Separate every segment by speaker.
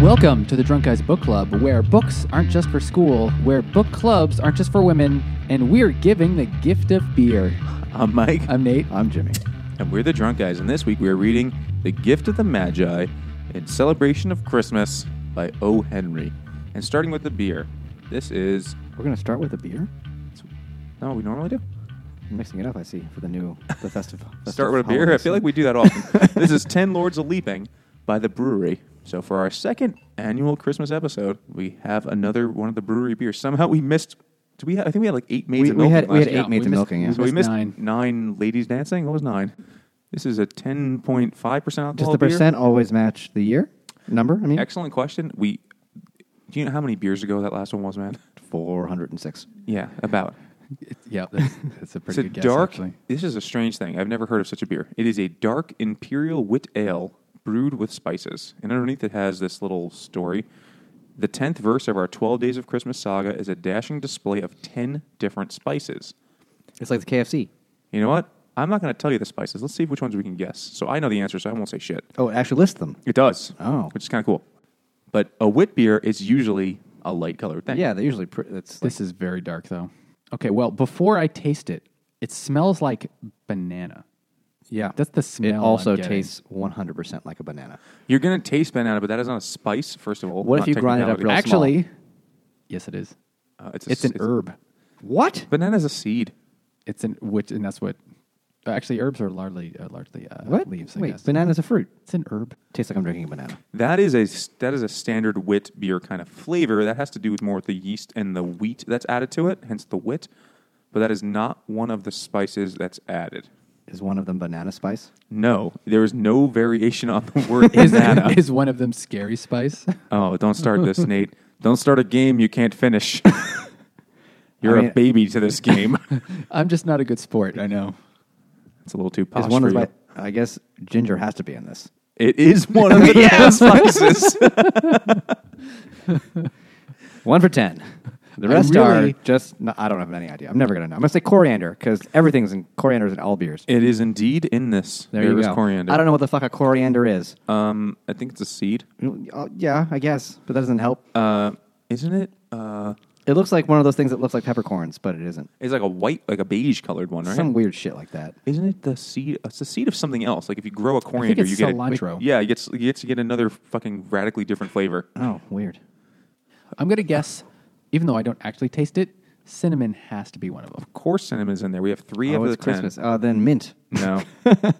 Speaker 1: Welcome to the Drunk Guys Book Club, where books aren't just for school, where book clubs aren't just for women, and we're giving the gift of beer.
Speaker 2: I'm Mike.
Speaker 1: I'm Nate.
Speaker 3: I'm Jimmy.
Speaker 2: And we're the Drunk Guys, and this week we are reading The Gift of the Magi in Celebration of Christmas by O. Henry. And starting with the beer, this is.
Speaker 3: We're gonna start with a beer.
Speaker 2: No, we normally do.
Speaker 3: I'm mixing it up. I see for the new the festive. festive
Speaker 2: Start with a beer.
Speaker 3: holiday
Speaker 2: I feel like we do that often. this is 10 Lords of Leaping by the brewery. So for our second annual Christmas episode, we have another one of the brewery beers. Somehow we missed. Do we? Have, I think we had like eight maids.
Speaker 3: We-
Speaker 2: at
Speaker 3: we
Speaker 2: Milton
Speaker 3: had- we
Speaker 2: last
Speaker 3: had
Speaker 2: year.
Speaker 3: eight maids
Speaker 1: we
Speaker 3: at
Speaker 1: missed-
Speaker 3: milking. Yeah.
Speaker 2: So we
Speaker 1: missed
Speaker 2: missed
Speaker 1: nine.
Speaker 2: nine. ladies dancing. What was nine? This is a 10.5% alcohol
Speaker 3: Does the
Speaker 2: beer.
Speaker 3: percent always match the year number? I mean,
Speaker 2: Excellent question. We do you know how many beers ago that last one was, man?
Speaker 3: four hundred and six.
Speaker 2: Yeah, about.
Speaker 1: Yeah, that's, that's a pretty
Speaker 2: it's a dark. This is a strange thing. I've never heard of such a beer. It is a dark imperial wit ale brewed with spices, and underneath it has this little story. The tenth verse of our twelve days of Christmas saga is a dashing display of ten different spices.
Speaker 3: It's like the KFC.
Speaker 2: You know what? I'm not going to tell you the spices. Let's see which ones we can guess. So I know the answer, so I won't say shit.
Speaker 3: Oh, it actually lists them.
Speaker 2: It does.
Speaker 3: Oh.
Speaker 2: which is kind of cool. But a wit beer is usually a light colored thing.
Speaker 3: Yeah, they're usually pretty. It's like,
Speaker 1: This is very dark, though. Okay, well, before I taste it, it smells like banana.
Speaker 3: yeah,
Speaker 1: That's the smell.
Speaker 3: It also
Speaker 1: I'm getting.
Speaker 3: tastes one hundred percent like a banana.
Speaker 2: You're gonna taste banana, but that is not a spice. First of all,
Speaker 3: What if
Speaker 2: Not
Speaker 3: you grind it up
Speaker 2: technicality.
Speaker 3: real
Speaker 1: Actually, yes, it is.
Speaker 2: Uh, it's, a,
Speaker 1: It's an herb.
Speaker 3: What?
Speaker 2: Banana's a seed.
Speaker 1: It's an which, and that's what. Actually, herbs are largely uh, largely uh,
Speaker 3: What?
Speaker 1: leaves. I
Speaker 3: Wait,
Speaker 1: guess.
Speaker 3: banana's a fruit.
Speaker 1: It's an herb.
Speaker 3: Tastes like I'm drinking a banana.
Speaker 2: That is a s- that is a standard wit beer kind of flavor. That has to do with more with the yeast and the wheat that's added to it, hence the wit. But that is not one of the spices that's added.
Speaker 3: Is one of them banana spice?
Speaker 2: No, there is no variation on the word
Speaker 1: Is,
Speaker 2: banana.
Speaker 1: is one of them scary spice?
Speaker 2: oh, don't start this, Nate. Don't start a game you can't finish. You're
Speaker 3: mean-
Speaker 2: a baby to this game.
Speaker 1: I'm just not a good sport. I know.
Speaker 2: it's a little too posh
Speaker 3: is one
Speaker 2: for
Speaker 3: of
Speaker 2: you.
Speaker 3: the? bi- I guess ginger has to be in this.
Speaker 2: It is one of the spices.
Speaker 3: One for ten. The
Speaker 1: I
Speaker 3: rest
Speaker 1: really-
Speaker 3: are just. No, I don't have any idea. I'm never gonna know. I'm gonna say coriander because everything's in coriander's in all beers.
Speaker 2: It is indeed in this.
Speaker 3: There you
Speaker 2: is
Speaker 3: go.
Speaker 2: coriander.
Speaker 3: I don't know what the fuck a coriander is.
Speaker 2: Um, I think it's a seed.
Speaker 3: Uh, yeah, I guess, but that doesn't help.
Speaker 2: Uh, isn't it? Uh,
Speaker 3: it looks like one of those things that looks like peppercorns, but it isn't.
Speaker 2: it's like a white, like a beige colored one, right?
Speaker 3: Some weird shit like that.
Speaker 2: isn't it the seed? uh, It's the seed of something else. Like if you grow a coriander,
Speaker 1: it's
Speaker 2: you get a-
Speaker 1: cilantro.
Speaker 2: yeah, you get you get to get another fucking radically different flavor.
Speaker 3: Oh, weird.
Speaker 1: I'm gonna guess, even though I don't actually taste it, cinnamon has to be one of them.
Speaker 2: Of course, cinnamon's in there. We have three
Speaker 3: oh,
Speaker 2: of
Speaker 3: it's
Speaker 2: the ten.
Speaker 3: Christmas. Uh, then mint,
Speaker 2: No,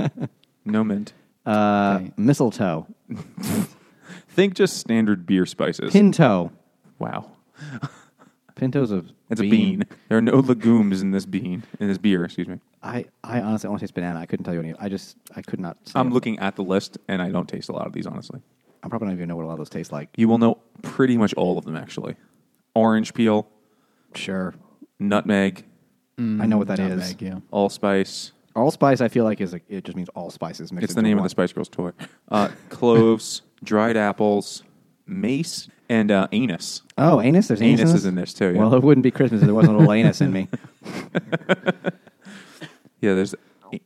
Speaker 2: no mint.
Speaker 3: uh,
Speaker 1: Okay.
Speaker 3: mistletoe,
Speaker 2: Think just standard beer spices.
Speaker 3: pinto.
Speaker 2: wow,
Speaker 3: Pinto's a
Speaker 2: that's a bean. There are no legumes in this bean in this beer. Excuse me.
Speaker 3: I, I honestly only taste banana. I couldn't tell you any. I just I could not. say
Speaker 2: I'm
Speaker 3: it.
Speaker 2: looking at the list, and I don't taste a lot of these honestly.
Speaker 3: I'm probably not even know what a lot of those taste like.
Speaker 2: You will know pretty much all of them actually. Orange peel,
Speaker 3: Sure,
Speaker 2: nutmeg,
Speaker 3: I know what that is.
Speaker 1: Nutmeg, yeah.
Speaker 2: allspice.
Speaker 3: Allspice, I feel like is a, it just means all spices mixed.
Speaker 2: It's the name
Speaker 3: into
Speaker 2: of the
Speaker 3: one.
Speaker 2: Spice Girls toy. Uh, cloves, dried apples, mace, and uh, anus.
Speaker 3: Oh, anus. There's anus.
Speaker 2: Anus
Speaker 3: in
Speaker 2: is in this too, yeah.
Speaker 3: Well, it wouldn't be Christmas if there wasn't a little anus in me.
Speaker 2: Yeah, there's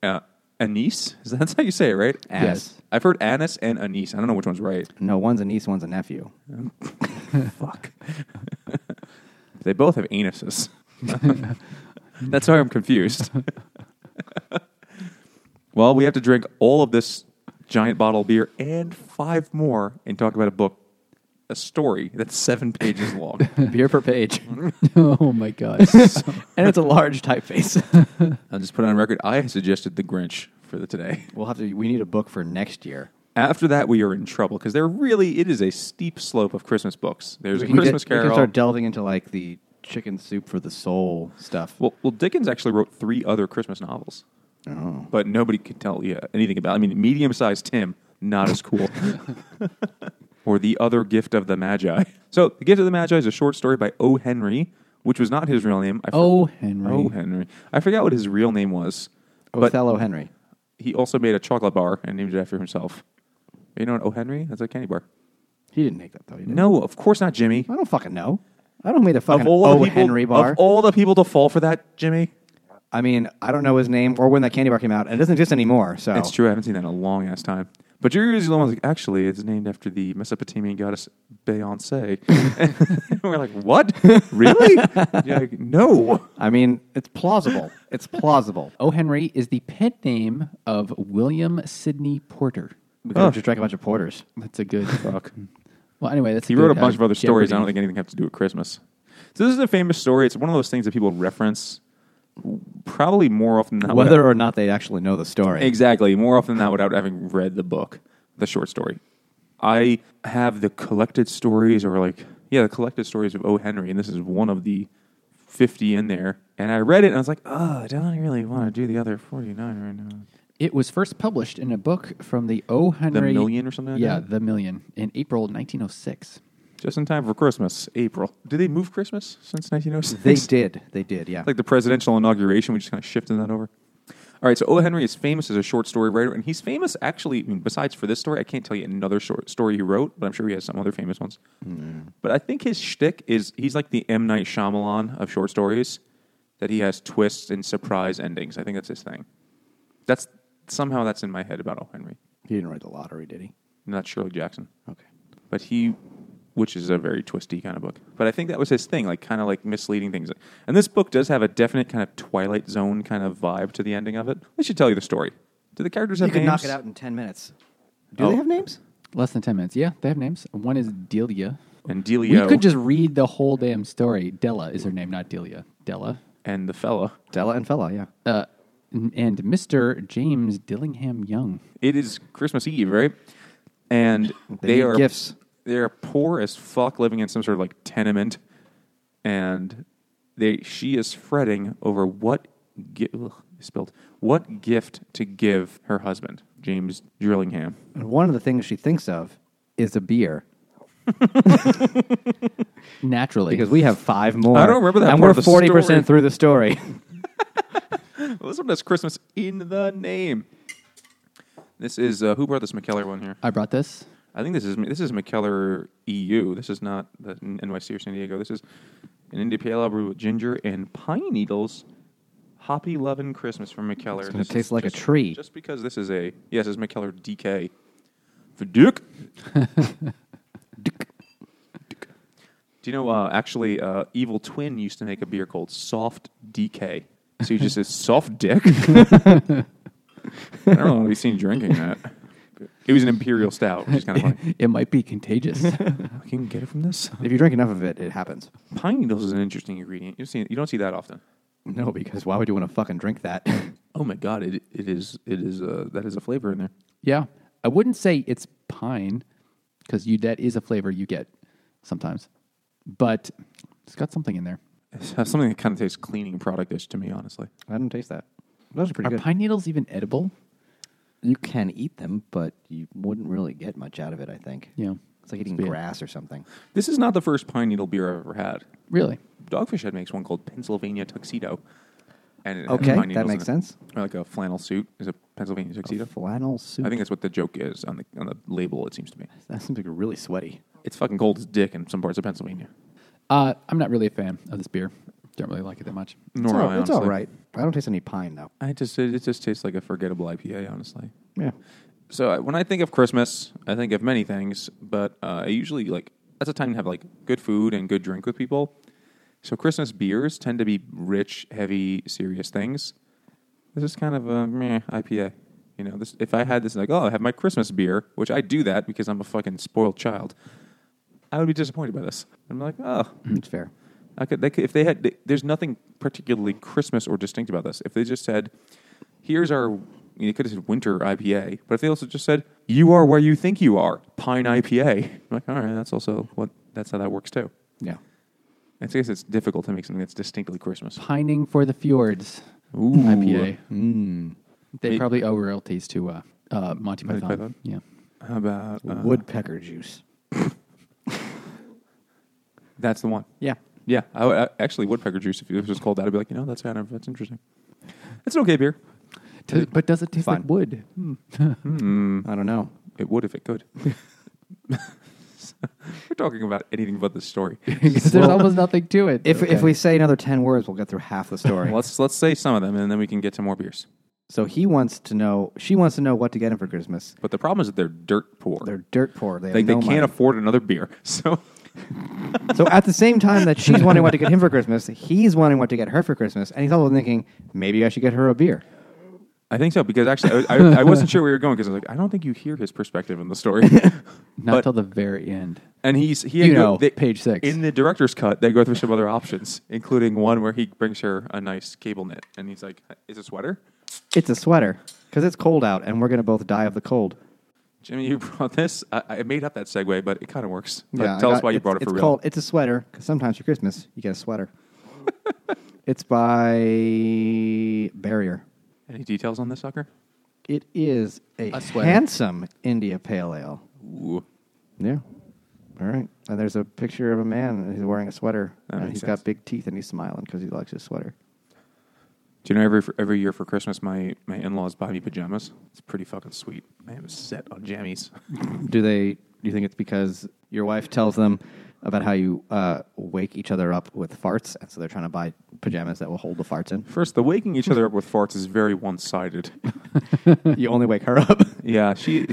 Speaker 2: uh, anise. Is that that's how you say it, right?
Speaker 3: Ass.
Speaker 1: Yes.
Speaker 2: I've heard anise and anise. I don't know which one's right.
Speaker 3: No, one's a niece, one's a nephew.
Speaker 2: Fuck. they both have anuses. That's why I'm confused. well, we have to drink all of this giant bottle of beer and five more and talk about a book, a story that's seven pages long.
Speaker 3: Beer per page,
Speaker 1: oh my god!
Speaker 3: and it's a large typeface.
Speaker 2: I'll just put it on record. I suggested The Grinch for the today.
Speaker 3: we'll have to. We need a book for next year.
Speaker 2: After that, we are in trouble because there really it is a steep slope of Christmas books. There's a
Speaker 3: We can
Speaker 2: Christmas
Speaker 3: get- We
Speaker 2: Carol.
Speaker 3: can start delving into like the chicken soup for the soul stuff.
Speaker 2: well, well, Dickens actually wrote three other Christmas novels.
Speaker 3: oh.
Speaker 2: but nobody could tell you anything about. I mean, medium-sized Tim, not as cool. or the other gift of the Magi. So, the gift of the Magi is a short story by O. Henry, which was not his real name. I for-
Speaker 1: O. Henry.
Speaker 2: O. Henry. I forgot what his real name was, but
Speaker 3: Othello Henry.
Speaker 2: he also made a chocolate bar and named it after himself. You know what O. Henry? That's a candy bar.
Speaker 3: He didn't make that though. He did.
Speaker 2: No, of course not, Jimmy.
Speaker 3: I don't fucking know. I don't make the fucking
Speaker 2: Of all
Speaker 3: O
Speaker 2: the people,
Speaker 3: Henry bar.
Speaker 2: of all the people to fall for that, Jimmy,
Speaker 4: I mean, I don't know his name or when that candy bar came out, and it doesn't exist anymore. So
Speaker 3: Oh.
Speaker 2: It's true. I haven't seen that in a long ass time. But you're usually the one like, actually, it's named after the Mesopotamian goddess Beyonce. And we're like, what? Really? You're like, no.
Speaker 4: I mean, it's plausible. it's plausible.
Speaker 1: O. Henry is the pet name of William Sidney Porter.
Speaker 4: We could have just drank a bunch of porters.
Speaker 1: That's a good.
Speaker 2: Fuck.
Speaker 1: Well, anyway, that's.
Speaker 2: He
Speaker 1: good,
Speaker 2: wrote a bunch
Speaker 1: uh,
Speaker 2: of other stories. I don't
Speaker 1: Jeopardy.
Speaker 2: think anything has to do with Christmas. So this is a famous story. It's one of those things that people reference probably more often than not.
Speaker 4: Whether or not they actually know the story.
Speaker 2: Exactly. More often than not, without having read the book, the short story. I have the collected stories, or like, yeah, the collected stories of O. Henry, and this is one of the 50 in there. And I read it, and I was like, oh, I don't really want to do the other 49 right now.
Speaker 1: It was first published in a book from the O. Henry
Speaker 2: Million or something like
Speaker 1: yeah,
Speaker 2: that?
Speaker 1: the Million in April 1906.
Speaker 2: Just in time for Christmas, April. Did they move Christmas since 1906?
Speaker 4: They did. They did, yeah.
Speaker 2: like the presidential inauguration. We just kind of shifted that over. All right, so O. Henry is famous as a short story writer, and he's famous actually. I mean, besides for this story, I can't tell you another short story he wrote, but I'm sure he has some other famous ones. But I think his shtick is he's like the M Night Shyamalan of short stories, that he has twists and surprise endings. I think that's his thing. That's somehow that's in my head about O. Henry,
Speaker 4: he didn't write the lottery, did he?
Speaker 2: not Shirley Jackson
Speaker 4: Okay.
Speaker 2: but he which is a very twisty kind of book but i think that was his thing like kind of like misleading things and this book does have a definite kind of twilight zone kind of vibe to the ending of it they should tell you the story do the characters have
Speaker 4: you could
Speaker 2: names
Speaker 4: knock it out in 10 minutes. Do
Speaker 2: Oh.
Speaker 4: they have names?
Speaker 1: Less than 10 minutes. Yeah, they have names. One is Delia.
Speaker 2: and
Speaker 1: We
Speaker 2: delio
Speaker 1: could just read the whole damn story. Della is her name, not Delia. Della.
Speaker 2: and the fella
Speaker 4: Della and Fella, yeah.
Speaker 1: Uh, n- and Mr. James Dillingham Young.
Speaker 2: it is christmas eve right and
Speaker 4: They
Speaker 2: they,
Speaker 4: need
Speaker 2: are
Speaker 4: gifts.
Speaker 2: they're poor as fuck living in some sort of like tenement and they she is fretting over what gi- ugh, I spilled what gift to give her husband james drillingham
Speaker 4: And one of the things she thinks of is a beer.
Speaker 1: Naturally.
Speaker 4: Because we have five more.
Speaker 2: I don't remember that
Speaker 4: And
Speaker 2: part
Speaker 4: we're
Speaker 2: of the
Speaker 4: 40%
Speaker 2: story.
Speaker 4: through the story.
Speaker 2: Well, this one has Christmas in the name. This is uh, who brought this McKellar one here?
Speaker 1: I brought this.
Speaker 2: I think this is this is McKellar EU. This is not the NYC or San Diego. This is an India Pale Ale brewed with ginger and pine needles. Hoppy lovin' Christmas from McKellar.
Speaker 4: gonna
Speaker 2: This is
Speaker 4: taste like a
Speaker 2: just-
Speaker 4: tree.
Speaker 2: Just because this is a yes, it's McKellar DK for Duke. Duke. Duke. Do you know? Uh, actually, uh, Evil Twin used to make a beer called Soft DK. So you just says soft dick. I don't know if he's seen drinking that. It was an imperial stout, which is kind of funny.
Speaker 1: It might be contagious.
Speaker 2: I can get it from this.
Speaker 4: if you drink enough of it, it happens.
Speaker 2: Pine needles is an interesting ingredient. You see, you don't see that often.
Speaker 4: No, because why would you want to fucking drink that?
Speaker 2: Oh my god, it, it is it is uh, that is a flavor in there.
Speaker 1: yeah. I wouldn't say it's pine because you that is a flavor you get sometimes. But it's got something in there.
Speaker 2: It's something that kind of tastes cleaning productish to me, honestly.
Speaker 4: I didn't taste that. Those are pretty
Speaker 1: Are
Speaker 4: good.
Speaker 1: pine needles even edible?
Speaker 3: You can eat them, but you wouldn't really get much out of it, I think.
Speaker 1: Yeah.
Speaker 3: It's like eating
Speaker 1: It's weird.
Speaker 3: grass or something.
Speaker 2: This is not the first pine needle beer I've ever had.
Speaker 1: Really?
Speaker 2: Dogfish Head makes one called Pennsylvania Tuxedo, and it has
Speaker 3: Okay,
Speaker 2: pine
Speaker 3: that
Speaker 2: needles in
Speaker 3: makes
Speaker 2: it.
Speaker 3: sense.
Speaker 2: Or like a flannel suit is a Pennsylvania Tuxedo.
Speaker 3: Flannel soup.
Speaker 2: I think that's what the joke is on the on the label. It seems to me
Speaker 4: That seems like really sweaty.
Speaker 2: it's fucking cold as dick in some parts of Pennsylvania.
Speaker 1: Uh, I'm not really a fan of this beer. Don't really like it that much.
Speaker 2: Nor
Speaker 4: it's all-
Speaker 2: I,
Speaker 4: it's all
Speaker 2: honestly.
Speaker 4: right. I don't taste any pine though.
Speaker 2: I just it, it just tastes like a forgettable IPA, honestly.
Speaker 4: Yeah.
Speaker 2: So I- when I think of Christmas, I think of many things, but uh, I usually like that's a time to have like good food and good drink with people. So Christmas beers tend to be rich, heavy, serious things. This is kind of a meh IPA. You know, this if I had this like, oh, I have my Christmas beer, which I do that because I'm a fucking spoiled child. I would be disappointed by this. I'm like, oh,
Speaker 4: It's fair.
Speaker 2: I could, they could, if they had, they, there's nothing particularly Christmas or distinct about this. If they just said, "Here's our," you know, they could have said winter IPA, but if they also just said, "You are where you think you are," pine IPA. I'm like, all right, that's also what that's how that works too.
Speaker 4: Yeah.
Speaker 2: I guess it's difficult to make something that's distinctly Christmas.
Speaker 1: Pining for the Fjords
Speaker 2: Ooh.
Speaker 1: IPA.
Speaker 3: Hmm.
Speaker 4: Mm.
Speaker 1: They
Speaker 2: It-
Speaker 1: probably owe royalties to uh, uh, Monty,
Speaker 2: Monty
Speaker 1: Python.
Speaker 2: Python?
Speaker 1: Yeah.
Speaker 2: How about uh,
Speaker 3: Uh-huh.
Speaker 4: Woodpecker juice.
Speaker 2: That's the one.
Speaker 4: Yeah.
Speaker 2: Yeah, I, I, actually, woodpecker juice. If it was called that, I'd be like, you know, that's kind of that's interesting. It's an okay beer.
Speaker 1: Does- but does it taste
Speaker 4: Fine.
Speaker 1: like wood? Hmm.
Speaker 2: Hmm.
Speaker 4: I don't know.
Speaker 2: It would if it could. We're talking about anything but this story.
Speaker 1: There's almost nothing to it.
Speaker 3: If,
Speaker 1: Okay.
Speaker 3: if we say another 10 words, we'll get through half the story.
Speaker 2: let's let's say some of them, and then we can get to more beers.
Speaker 3: so he wants to know, she wants to know what to get him for Christmas.
Speaker 2: But the problem is that they're dirt poor.
Speaker 3: They're dirt poor. They, have
Speaker 2: like
Speaker 3: no
Speaker 2: they can't
Speaker 3: money.
Speaker 2: afford another beer. So
Speaker 3: So at the same time that she's wondering what to get him for Christmas, he's wondering what to get her for Christmas, and he's also thinking maybe I should get her a beer.
Speaker 2: I think so because actually I, I, I wasn't sure where you were going because I was like I don't think you hear his perspective in the story.
Speaker 1: Not
Speaker 2: but-
Speaker 1: till the very end.
Speaker 2: and he's he
Speaker 1: You
Speaker 2: go-
Speaker 1: know, page six.
Speaker 2: in the director's cut. They go through some other options, including one where he brings her a nice cable knit, and he's like, "Is a sweater?"
Speaker 3: It's a sweater because it's cold out, and we're gonna both die of the cold.
Speaker 2: Jimmy, you brought this. I, I made up that segue, but it kind of works. But
Speaker 3: I
Speaker 2: tell us
Speaker 3: got-
Speaker 2: why you
Speaker 3: it's-
Speaker 2: brought it for
Speaker 3: it's
Speaker 2: real.
Speaker 3: Called, it's a sweater because sometimes for Christmas you get a sweater. it's by Barrier.
Speaker 2: Any details on this sucker?
Speaker 3: It is a,
Speaker 1: A sweater.
Speaker 3: handsome India Pale Ale.
Speaker 2: Ooh.
Speaker 3: Yeah. All right. And there's a picture of a man and he's wearing a sweater
Speaker 2: That
Speaker 3: and
Speaker 2: makes
Speaker 3: he's
Speaker 2: sense.
Speaker 3: got big teeth and he's smiling because he likes his sweater.
Speaker 2: Do you know every every year for Christmas, my my in laws buy me pajamas. It's pretty fucking sweet. I am set on jammies.
Speaker 3: Do they? Do you think it's because your wife tells them about how you uh, wake each other up with farts, and so they're trying to buy pajamas that will hold the farts in?
Speaker 2: First, the waking each other up with farts is very one sided.
Speaker 3: you only wake her up.
Speaker 2: yeah, she.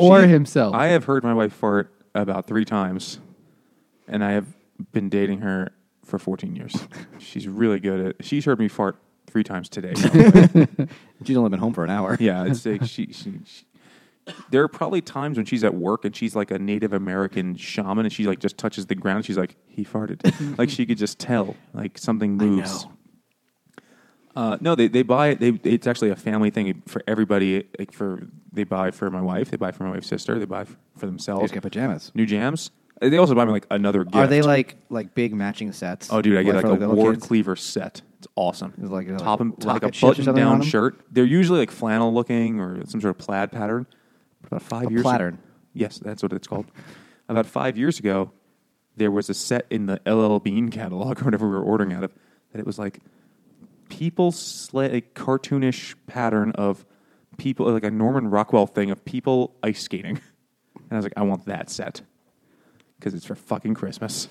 Speaker 1: Or himself.
Speaker 2: I have heard my wife fart about three times, and I have been dating her for 14 years. She's really good at. She's heard me fart three times today.
Speaker 3: She's only been home for an hour.
Speaker 2: yeah, it's like she, she, she. There are probably times when she's at work and she's like a Native American shaman, and she like just touches the ground. She's like, he farted. like she could just tell, like something moves.
Speaker 3: know.
Speaker 2: Uh, no, they they buy it. They, it's actually a family thing for everybody. Like for they buy for my wife, they buy for my wife's sister, they buy for, for
Speaker 3: They
Speaker 2: themselves.
Speaker 3: just get pajamas.
Speaker 2: New jams. Uh, They also buy me like another gift.
Speaker 3: Are they like like big matching sets?
Speaker 2: Oh, dude, I get like,
Speaker 3: for
Speaker 2: a
Speaker 3: little
Speaker 2: Ward
Speaker 3: kids?
Speaker 2: cleaver set. It's awesome.
Speaker 3: It's like-
Speaker 2: top and
Speaker 3: like
Speaker 2: like a
Speaker 3: rocket ships or
Speaker 2: button
Speaker 3: something on
Speaker 2: down
Speaker 3: them?
Speaker 2: shirt. They're usually like flannel looking or some sort of plaid pattern. About five
Speaker 3: A
Speaker 2: years
Speaker 3: plattern.
Speaker 2: Yes, that's what it's called. About five years ago, there was a set in the LL Bean catalog or whatever we were ordering out of that it was like people sla- like cartoonish pattern of people like a Norman Rockwell thing of people ice skating, and I was like, I want that set because it's for fucking Christmas.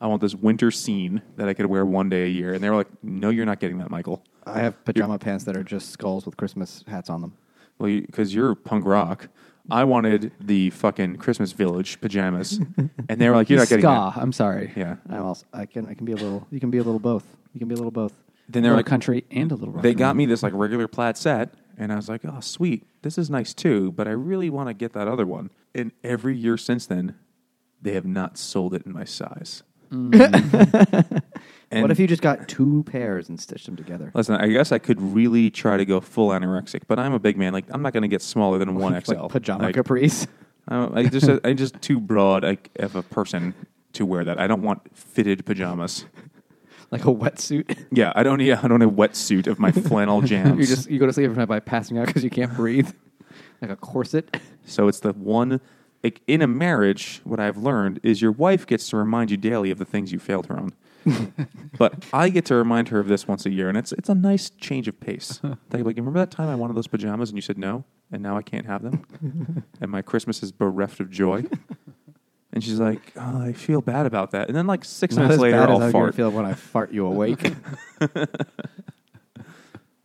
Speaker 2: I want this winter scene that I could wear one day a year. And they were like, No, you're not getting that, Michael.
Speaker 3: I have pajama pants that are just skulls with Christmas hats on them.
Speaker 2: Well, because you, are punk rock. I wanted the fucking Christmas Village pajamas, and they were like, "You're not
Speaker 1: Ska.
Speaker 2: getting that."
Speaker 1: I'm sorry.
Speaker 2: Yeah.
Speaker 3: I'm also, I can I can be a little. You can be a little both. You can be a little both.
Speaker 2: Then they
Speaker 1: They're
Speaker 2: were
Speaker 1: a
Speaker 2: like,
Speaker 1: country and a little rock.
Speaker 2: They
Speaker 1: and
Speaker 2: got
Speaker 1: roll.
Speaker 2: me this like regular plaid set, and I was like, "Oh, sweet, this is nice too." But I really want to get that other one. And every year since then, they have not sold it in my size. And-
Speaker 3: what if you just got two pairs and stitched them together?
Speaker 2: Listen, I guess I could really try to go full anorexic, but I'm a big man. Like, I'm not going to get smaller than one XL.
Speaker 3: Like pajama
Speaker 2: Like,
Speaker 3: capris.
Speaker 2: I'm, I just, I'm just too broad like, of a person to wear that. I don't want fitted pajamas.
Speaker 3: like a wetsuit.
Speaker 2: Yeah, I don't need. I don't need a wetsuit of my flannel jams.
Speaker 3: you just you go to sleep every night by passing out because you can't breathe, like a corset.
Speaker 2: So it's the one. Like in a marriage, what I've learned is your wife gets to remind you daily of the things you failed her on. but I get to remind her of this once a year, and it's it's a nice change of pace. Like, like, remember that time I wanted those pajamas and you said no, and now I can't have them, and my Christmas is bereft of joy. And she's like, oh, I feel bad about that. And then like six
Speaker 3: Not
Speaker 2: minutes
Speaker 3: as
Speaker 2: later,
Speaker 3: bad as
Speaker 2: I'll
Speaker 3: how
Speaker 2: fart.
Speaker 3: you feel when I fart you awake.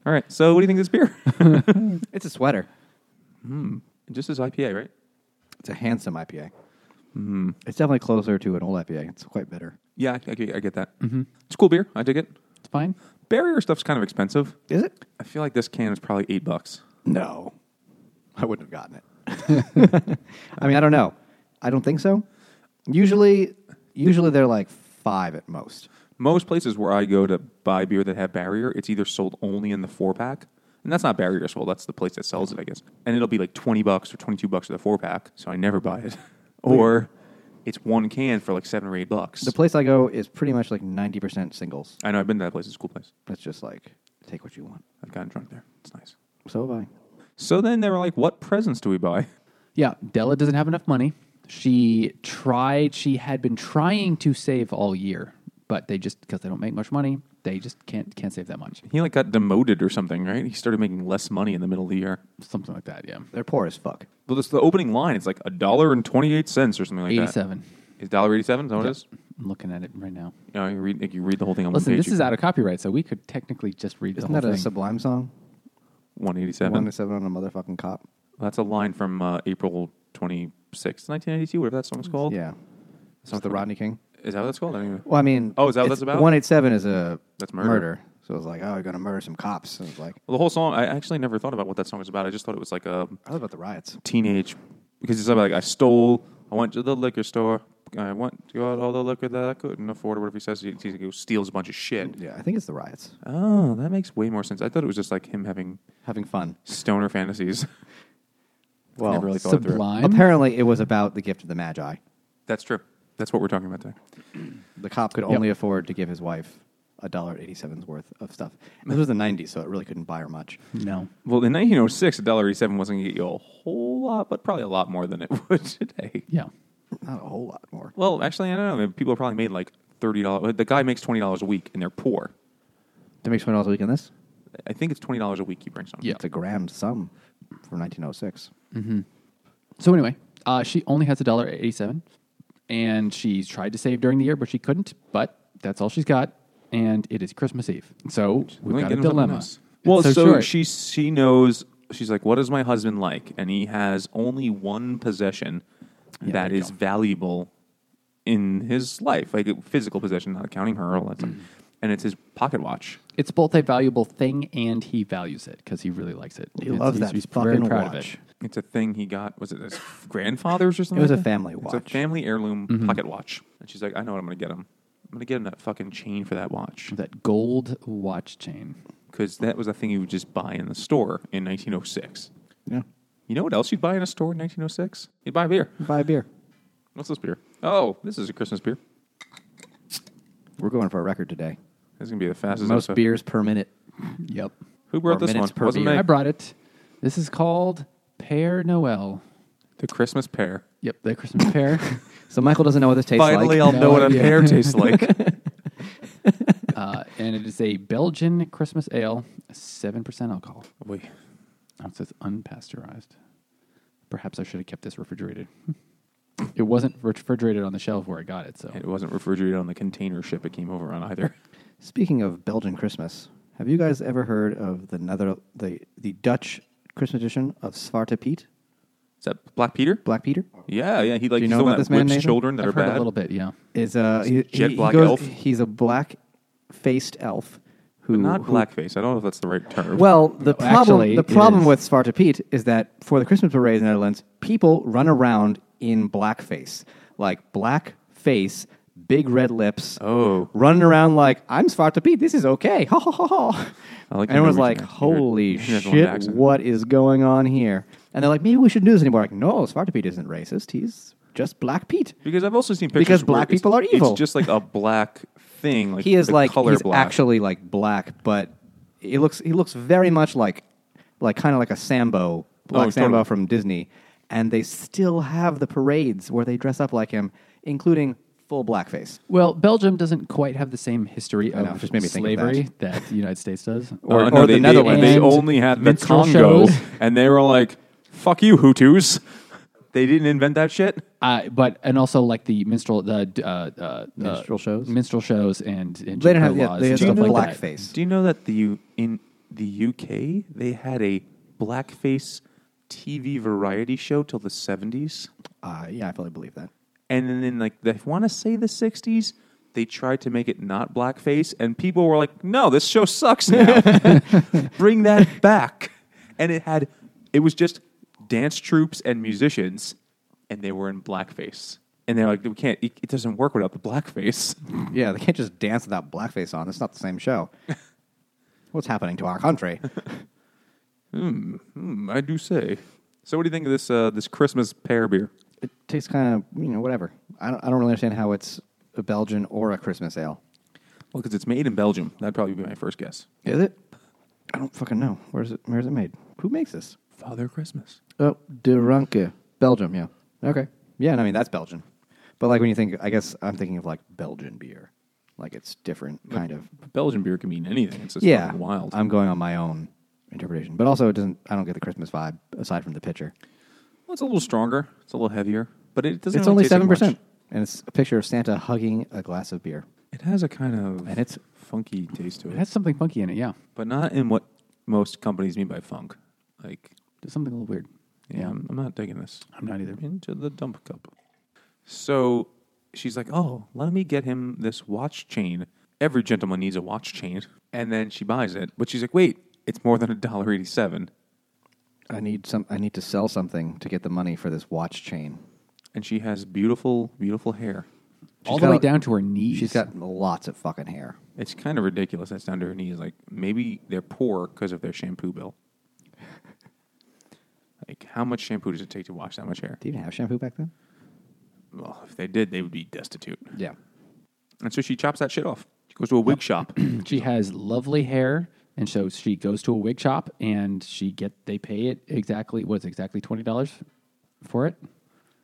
Speaker 2: All right. So what do you think of this beer?
Speaker 3: it's a sweater.
Speaker 2: Just as IPA, right?
Speaker 3: It's a handsome IPA. It's definitely closer to an old IPA. It's quite bitter.
Speaker 2: Yeah, I, I get- I get that. Mm-hmm. It's a cool beer. I dig it.
Speaker 1: It's fine.
Speaker 2: Barrier stuff's kind of expensive.
Speaker 3: Is it?
Speaker 2: I feel like this can is probably eight bucks.
Speaker 3: No, I wouldn't have gotten it. I mean, I don't know. I don't think so. Usually, usually they're like five at most.
Speaker 2: Most places where I go to buy beer that have barrier, it's either sold only in the four pack, and that's not barrier sold. That's the place that sells it, I guess. And it'll be like twenty bucks or twenty two bucks for the four pack, so I never buy it. or it's one can for like seven or eight bucks.
Speaker 3: The place I go is pretty much like ninety percent singles.
Speaker 2: I know I've been to that place. It's a cool place.
Speaker 3: It's just like take what you want.
Speaker 2: I've gotten drunk there. It's nice.
Speaker 3: So have I.
Speaker 2: So then they were like, "What presents do we buy?"
Speaker 1: Yeah, Della doesn't have enough money. She tried, she had been trying to save all year, but they just, because they don't make much money, they just can't can't save that much.
Speaker 2: He like got demoted or something, right? He started making less money in the middle of the year.
Speaker 1: Something like that. Yeah,
Speaker 3: They're poor as fuck.
Speaker 2: Well, this, the opening line it's like a dollar and twenty eight cents or something like that.
Speaker 1: eighty-seven.
Speaker 2: Is dollar eighty seven? Is that what it is?
Speaker 1: I'm looking at it right now.
Speaker 2: You know, you read like, you read the whole thing on
Speaker 1: Listen,
Speaker 2: one page.
Speaker 1: this is out of copyright, so we could technically just read
Speaker 3: Isn't
Speaker 1: the
Speaker 3: that
Speaker 1: whole
Speaker 3: a
Speaker 1: thing.
Speaker 3: Sublime song?
Speaker 2: one eighty
Speaker 3: One
Speaker 2: seven.
Speaker 3: to seven on a motherfucking cop.
Speaker 2: That's a line from uh, April twenty sixth, nineteen ninety two. Whatever that
Speaker 1: Mm,
Speaker 2: song's called.
Speaker 3: Yeah,
Speaker 2: Something-
Speaker 3: it's the Rodney King.
Speaker 2: Is that what that's called? I don't even-
Speaker 3: Well, I mean,
Speaker 2: Oh, is that what that's about?
Speaker 3: One eight seven is a
Speaker 2: That's murder.
Speaker 3: So it's like, oh, you're gonna murder some cops. And it's like,
Speaker 2: Well, the whole song. I actually never thought about what that song was about. I just thought it was like a
Speaker 3: how about the riots?
Speaker 2: teenage because it's like I stole. I went to the liquor store. I went to got all the liquor that I couldn't afford, or whatever he says. He, he goes, steals a bunch of shit.
Speaker 3: Yeah, I think it's the riots.
Speaker 2: Oh, that makes way more sense. I thought it was just like him having
Speaker 3: Having fun.
Speaker 2: stoner fantasies.
Speaker 3: Well,
Speaker 2: never really thought it through.
Speaker 1: Sublime.
Speaker 3: apparently it was about the gift of the Magi.
Speaker 2: That's true. That's what we're talking about today.
Speaker 3: The cop could only afford to give his wife a dollar eighty seven's worth of stuff. This was the '90s, so it really couldn't buy her much.
Speaker 1: No.
Speaker 2: Well, in 1906, a dollar eighty-seven wasn't going to get you a whole lot, but probably a lot more than it would today.
Speaker 1: Yeah.
Speaker 3: Not a whole lot more.
Speaker 2: Well, actually, I don't know. People probably made like thirty dollars. The guy makes twenty dollars a week, and they're poor.
Speaker 3: To make twenty dollars a week on this,
Speaker 2: I think it's twenty dollars a week. You bring something.
Speaker 1: Yeah.
Speaker 3: it's a grand sum for 1906.
Speaker 1: So anyway, uh, she only has a dollar eighty-seven, and she's tried to save during the year, but she couldn't. But that's all she's got, and it is Christmas Eve, so we've
Speaker 2: Let me
Speaker 1: got
Speaker 2: get
Speaker 1: a
Speaker 2: him something
Speaker 1: dilemma.
Speaker 2: nice.
Speaker 1: It's
Speaker 2: Well, so,
Speaker 1: short.
Speaker 2: she she knows. She's like, "What is my husband like?" And he has only one possession that
Speaker 1: there you
Speaker 2: is
Speaker 1: go.
Speaker 2: valuable in his life, like a physical possession, not counting her. All that
Speaker 1: Mm.
Speaker 2: stuff. And it's his pocket watch.
Speaker 1: it's both a valuable thing, and he values it because he really likes it.
Speaker 3: He
Speaker 1: It's-
Speaker 3: loves
Speaker 1: he's-
Speaker 3: that
Speaker 1: he's very
Speaker 3: fucking
Speaker 1: proud of
Speaker 3: watch.
Speaker 1: it.
Speaker 2: It's a thing he got. Was it his grandfather's or something?
Speaker 3: was
Speaker 2: like
Speaker 3: a
Speaker 2: that?
Speaker 3: family
Speaker 2: It's a
Speaker 3: watch. Mm-hmm.
Speaker 2: family heirloom pocket watch. And she's like, "I know what I'm going to get him. I'm going to get him that fucking chain for that watch."
Speaker 1: That gold watch chain.
Speaker 2: because that was a thing you would just buy in the store in 1906.
Speaker 3: Yeah,
Speaker 2: You know what else you'd buy in a store in 1906? You'd buy a beer.
Speaker 3: buy a beer.
Speaker 2: What's this beer? Oh, this is a Christmas beer.
Speaker 3: We're going for a record today.
Speaker 2: This is gonna be the fastest.
Speaker 3: Most
Speaker 2: episode.
Speaker 3: beers per minute.
Speaker 1: Yep.
Speaker 2: Who
Speaker 3: or
Speaker 2: brought this one?
Speaker 3: minutes per
Speaker 2: Wasn't
Speaker 3: beer.
Speaker 2: me.
Speaker 1: I brought it. This is called Pear Noel.
Speaker 2: the Christmas pear?
Speaker 1: Yep, the Christmas pear.
Speaker 3: So Michael doesn't know what this tastes like.
Speaker 2: Finally, I'll
Speaker 1: No
Speaker 2: know what a
Speaker 1: idea.
Speaker 2: pear tastes like.
Speaker 1: uh, and it is a Belgian Christmas ale, 7% alcohol.
Speaker 2: Wait,
Speaker 1: Oh, it says unpasteurized. Perhaps I should have kept this refrigerated. it wasn't refrigerated on the shelf where I got it, so.
Speaker 2: it wasn't refrigerated on the container ship it came over on either.
Speaker 3: Speaking of Belgian Christmas, have you guys ever heard of the Nether the the Dutch Christmas edition of Zwarte Piet,
Speaker 2: Is that Black Peter?
Speaker 3: Black Peter?
Speaker 2: Yeah, yeah. He like
Speaker 3: you
Speaker 2: he's
Speaker 3: know
Speaker 2: the one
Speaker 3: about
Speaker 2: that
Speaker 3: this man,
Speaker 2: whips
Speaker 3: Nathan?
Speaker 2: children that
Speaker 1: I've
Speaker 2: are
Speaker 1: heard
Speaker 2: bad.
Speaker 1: a little bit, yeah.
Speaker 3: Is uh he,
Speaker 2: Jet
Speaker 3: he-
Speaker 2: black
Speaker 3: he goes,
Speaker 2: elf?
Speaker 3: He's a black faced elf who
Speaker 2: But not
Speaker 3: who-
Speaker 2: blackface. I don't know if that's the right term.
Speaker 3: Well, the problem
Speaker 1: actually,
Speaker 3: the
Speaker 1: it
Speaker 3: problem
Speaker 1: is.
Speaker 3: with Zwarte Piet is that for the Christmas parade in the Netherlands, people run around in blackface, like black face, big red lips.
Speaker 2: Oh.
Speaker 3: running around like I'm Zwarte Piet. This is okay. Ha ha ha ha.
Speaker 2: I like the
Speaker 3: and everyone's like,
Speaker 2: Norwegian accent.
Speaker 3: "Holy
Speaker 2: You hear- you hear everyone
Speaker 3: shit,
Speaker 2: accent.
Speaker 3: what is going on here?" And they're like, "Maybe we shouldn't do this anymore." Like, no, Zwarte Piet isn't racist. He's just Black Pete.
Speaker 2: because I've also seen pictures
Speaker 3: Because
Speaker 2: where
Speaker 3: black
Speaker 2: it's-
Speaker 3: people are evil.
Speaker 2: It's just like a black thing. Like
Speaker 3: he is
Speaker 2: the
Speaker 3: like
Speaker 2: color
Speaker 3: he's
Speaker 2: black.
Speaker 3: actually like black, but he looks he looks very much like like kind of like a Sambo, black
Speaker 2: Oh,
Speaker 3: Sambo
Speaker 2: totally.
Speaker 3: from Disney. And they still have the parades where they dress up like him, including full blackface.
Speaker 1: Well, Belgium doesn't quite have the same history
Speaker 3: know,
Speaker 1: of
Speaker 3: it just made me think of
Speaker 1: slavery that. the United States does.
Speaker 3: Or-
Speaker 2: Uh, no,
Speaker 3: or the
Speaker 2: they, they-
Speaker 3: Netherlands.
Speaker 2: They,
Speaker 1: And
Speaker 2: only had the
Speaker 1: minstrel
Speaker 2: Congo,
Speaker 1: shows.
Speaker 2: and they were like, "Fuck you, Hutus." They didn't invent that shit.
Speaker 1: Uh, but and also like the minstrel, the uh, uh,
Speaker 3: Minstrel
Speaker 1: uh,
Speaker 3: shows?
Speaker 1: minstrel shows, and, and
Speaker 3: They
Speaker 1: Jim
Speaker 3: don't have
Speaker 1: Crow
Speaker 3: yeah,
Speaker 1: laws
Speaker 3: they
Speaker 1: and
Speaker 3: have
Speaker 1: stuff
Speaker 3: the
Speaker 1: like that.
Speaker 3: blackface.
Speaker 2: Do you know that the U- in the UK they had a blackface TV variety show till the seventies,
Speaker 3: Uh, yeah, I fully believe that.
Speaker 2: and then in like the, I want to say the sixties. They tried to make it not blackface, and people were like, "No, this show sucks now. Bring that back." And it had, it was just dance troops and musicians, and they were in blackface. And they're like, "We can't. It, it doesn't work without the blackface."
Speaker 3: Yeah, they can't just dance without blackface on. It's not the same show. What's happening to our country?
Speaker 2: Hmm, I do say. So, what do you think of this uh, this Christmas pear beer?
Speaker 3: it tastes kind of you know whatever. I don't I don't really understand how it's a Belgian or a Christmas ale.
Speaker 2: Well, because it's made in Belgium. That'd probably be my first guess.
Speaker 3: Is it? I don't fucking know. Where's it? Where's it made? Who makes this?
Speaker 2: Father Christmas.
Speaker 3: Oh, Duranke, Belgium. Yeah. Okay. Yeah, and I mean that's Belgian, but like when you think, I guess I'm thinking of like Belgian beer. Like it's different, kind of.
Speaker 2: Belgian beer can mean anything. It's just
Speaker 3: Yeah,
Speaker 2: fucking wild.
Speaker 3: I'm going on my own interpretation, but also it doesn't. I don't get the Christmas vibe aside from the picture.
Speaker 2: Well, it's a little stronger. It's a little heavier, but it doesn't.
Speaker 3: it's
Speaker 2: really
Speaker 3: only
Speaker 2: taste like
Speaker 3: seven
Speaker 2: much.
Speaker 3: percent, and it's a picture of Santa hugging a glass of beer.
Speaker 2: It has a kind of
Speaker 3: And it's-
Speaker 2: funky taste to
Speaker 1: It
Speaker 2: it,
Speaker 1: has something funky in it, yeah.
Speaker 2: but not in what most companies mean by funk. Like,
Speaker 1: There's something a little weird.
Speaker 2: yeah, I'm, I'm not digging this.
Speaker 1: I'm not either.
Speaker 2: Into the dump cup. So she's like, "Oh, let me get him this watch chain. Every gentleman needs a watch chain." And then she buys it, but she's like, "Wait, it's more than a dollar eighty-seven.
Speaker 3: I need some. I need to sell something to get the money for this watch chain.
Speaker 2: And she has beautiful, beautiful hair.
Speaker 1: All
Speaker 3: She's
Speaker 1: the
Speaker 3: got
Speaker 1: way
Speaker 3: a-
Speaker 1: down to her knees.
Speaker 3: She's got lots of fucking hair.
Speaker 2: It's kind of ridiculous. That's down to her knees. Like maybe they're poor because of their shampoo bill. like how much shampoo does it take to wash that much hair?
Speaker 3: Do you even have shampoo back then?
Speaker 2: Well, if they did, they would be destitute.
Speaker 3: Yeah.
Speaker 2: And so she chops that shit off. She goes to a wig shop.
Speaker 1: she has lovely hair, and so she goes to a wig shop and she get they pay it exactly what is it, exactly twenty dollars for it.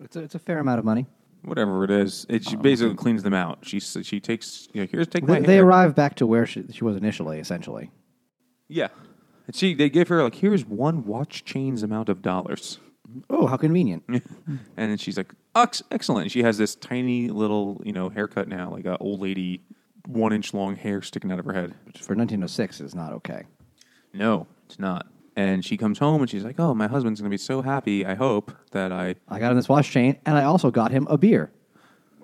Speaker 3: It's a, it's a fair amount of money.
Speaker 2: Whatever it is, it, she basically cleans them out. She s- she takes you know, here's take my
Speaker 3: Oh, They, they
Speaker 2: hair.
Speaker 3: arrive back to where she, she was initially, essentially.
Speaker 2: Yeah, and she they give her like here's one watch chain's amount of dollars.
Speaker 3: Oh, how convenient.
Speaker 2: and then she's like, Ux, excellent. She has this tiny little, you know, haircut now, like a old lady, one inch long hair sticking out of her head.
Speaker 3: Which for 1906 is not okay.
Speaker 2: No, it's not. And she comes home and she's like, oh, my husband's going to be so happy. I hope that I.
Speaker 3: I got him this watch chain, and I also got him a beer.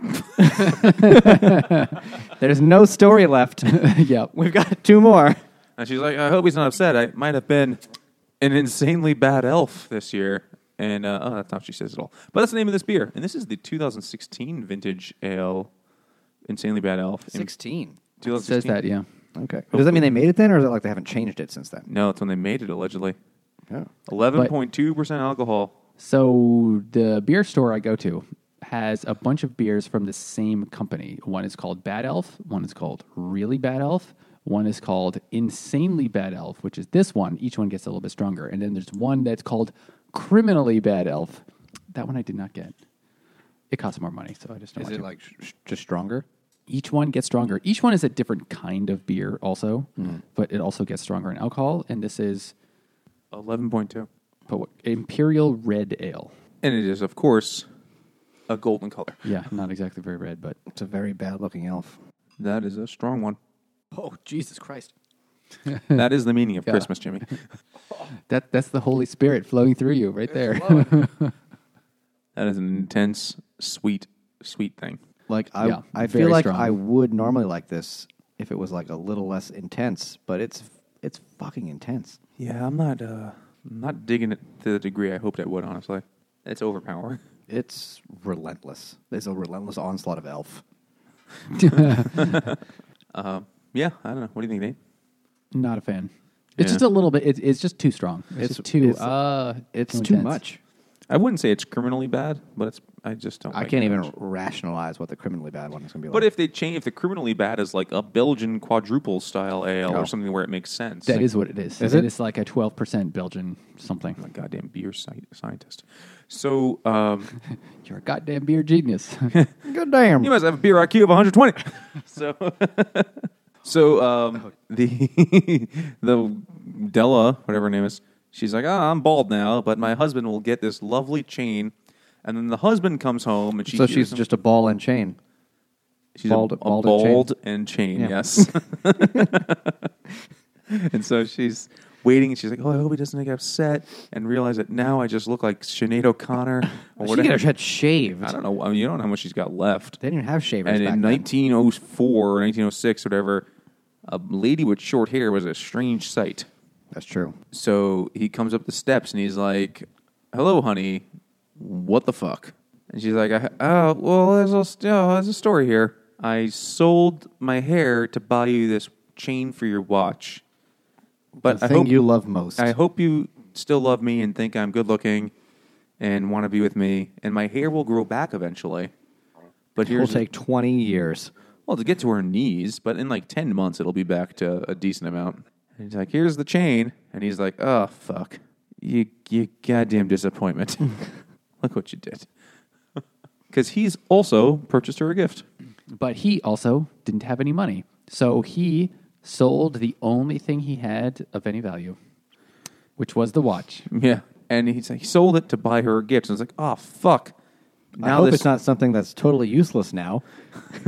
Speaker 3: There's no story left.
Speaker 1: yep.
Speaker 3: We've got two more.
Speaker 2: And she's like, I hope he's not upset. I might have been an insanely bad elf this year. And uh, oh, that's not what she says at all. But that's the name of this beer. And this is the 2016 vintage ale, insanely bad elf. in
Speaker 3: 16.
Speaker 1: It says
Speaker 2: 2016.
Speaker 1: that, yeah.
Speaker 3: Okay. Does that mean they made it then, or is it like they haven't changed it since then?
Speaker 2: No, it's when they made it allegedly. Eleven point two percent alcohol.
Speaker 1: So the beer store I go to has a bunch of beers from the same company. One is called Bad Elf, one is called Really Bad Elf, one is called Insanely Bad Elf, which is this one. Each one gets a little bit stronger. And then there's one that's called Criminally Bad Elf. That one I did not get. It costs more money, so I just don't
Speaker 3: Is
Speaker 1: want
Speaker 3: it
Speaker 1: to.
Speaker 3: like sh- sh- just stronger?
Speaker 1: each one gets stronger. Each one is a different kind of beer also,
Speaker 3: Hmm.
Speaker 1: but it also gets stronger in alcohol and this is
Speaker 2: Eleven point two.
Speaker 1: but what- Imperial Red Ale.
Speaker 2: And it is, of course, a golden color.
Speaker 1: Yeah, not exactly very red, but
Speaker 3: It's a very bad looking elf.
Speaker 2: That is a strong one.
Speaker 1: Oh, Jesus Christ.
Speaker 2: That is the meaning of
Speaker 1: Yeah.
Speaker 2: Christmas, Jimmy.
Speaker 1: That that's the Holy Spirit flowing through you right there.
Speaker 2: That is an intense, sweet, sweet thing.
Speaker 3: Like I,
Speaker 1: Yeah,
Speaker 3: I
Speaker 1: very
Speaker 3: feel like
Speaker 1: strong.
Speaker 3: I would normally like this if it was like a little less intense, but it's it's fucking intense.
Speaker 2: Yeah, I'm not uh I'm not digging it to the degree I hoped I would, honestly. It's overpowering.
Speaker 3: It's relentless. There's a relentless onslaught of elf.
Speaker 2: Yeah, I don't know. What do you think, Nate?
Speaker 1: Not a fan. It's
Speaker 2: Yeah.
Speaker 1: just a little bit it's, it's just too strong. It's,
Speaker 3: It's-
Speaker 1: just too
Speaker 3: it's-
Speaker 1: uh
Speaker 3: It's
Speaker 1: too
Speaker 3: too,
Speaker 1: intense.
Speaker 3: much.
Speaker 2: I wouldn't say it's criminally bad, but it's I just don't
Speaker 3: I
Speaker 2: like
Speaker 3: can't
Speaker 2: it
Speaker 3: even
Speaker 2: much.
Speaker 3: rationalize what the criminally bad one is going to be
Speaker 2: But
Speaker 3: like.
Speaker 2: if they change if the criminally bad is like a Belgian quadruple style ale
Speaker 3: Oh.
Speaker 2: or something where it makes sense.
Speaker 1: That is what it is.
Speaker 3: Is
Speaker 1: it
Speaker 3: it?
Speaker 1: is like a 12% Belgian something.
Speaker 2: I'm a goddamn beer sci- scientist. So um,
Speaker 1: You're a goddamn beer genius.
Speaker 3: good damn.
Speaker 2: you must have a beer IQ of 120. so, so um, the the Della, whatever her name is, she's like, ah, I'm bald now, but my husband will get this lovely chain. And then the husband comes home, and she
Speaker 3: so
Speaker 2: hears
Speaker 3: she's
Speaker 2: him-
Speaker 3: just a ball and chain.
Speaker 2: she's
Speaker 3: bald-
Speaker 2: a, a
Speaker 3: bald and chain.
Speaker 2: bald and chain.
Speaker 3: Yeah.
Speaker 2: Yes. and so she's waiting, and she's like, oh, I hope he doesn't get upset, and realize that now I just look like Sinead O'Connor or
Speaker 3: She
Speaker 2: whatever.
Speaker 3: get her head shaved.
Speaker 2: I don't know. I mean, you don't know how much she's got left.
Speaker 3: They didn't even have shavers
Speaker 2: And
Speaker 3: back
Speaker 2: in
Speaker 3: then.
Speaker 2: 1904 or 1906, whatever, a lady with short hair was a strange sight.
Speaker 3: That's true.
Speaker 2: So he comes up the steps and he's like, "Hello, honey. What the fuck?" And she's like, "I- "Oh, well, there's a st- oh, there's a story here. I sold my hair to buy you this chain for your watch, but
Speaker 3: the
Speaker 2: I
Speaker 3: thing
Speaker 2: hope
Speaker 3: you love most.
Speaker 2: I hope you still love me and think I'm good looking and want to be with me. And my hair will grow back eventually. But
Speaker 3: It'll
Speaker 2: here's
Speaker 3: take 20 years.
Speaker 2: well, to get to her knees, but in like 10 months, it'll be back to a decent amount. And he's like, here's the chain. And he's like, oh, fuck. You, you goddamn disappointment. Look what you did. Because he's also purchased her a gift.
Speaker 1: But he also didn't have any money. So he sold the only thing he had of any value, which was the watch.
Speaker 2: Yeah. And he's like, he sold it to buy her a gift. And it's like, oh, fuck.
Speaker 3: I hope it's not something that's totally useless now.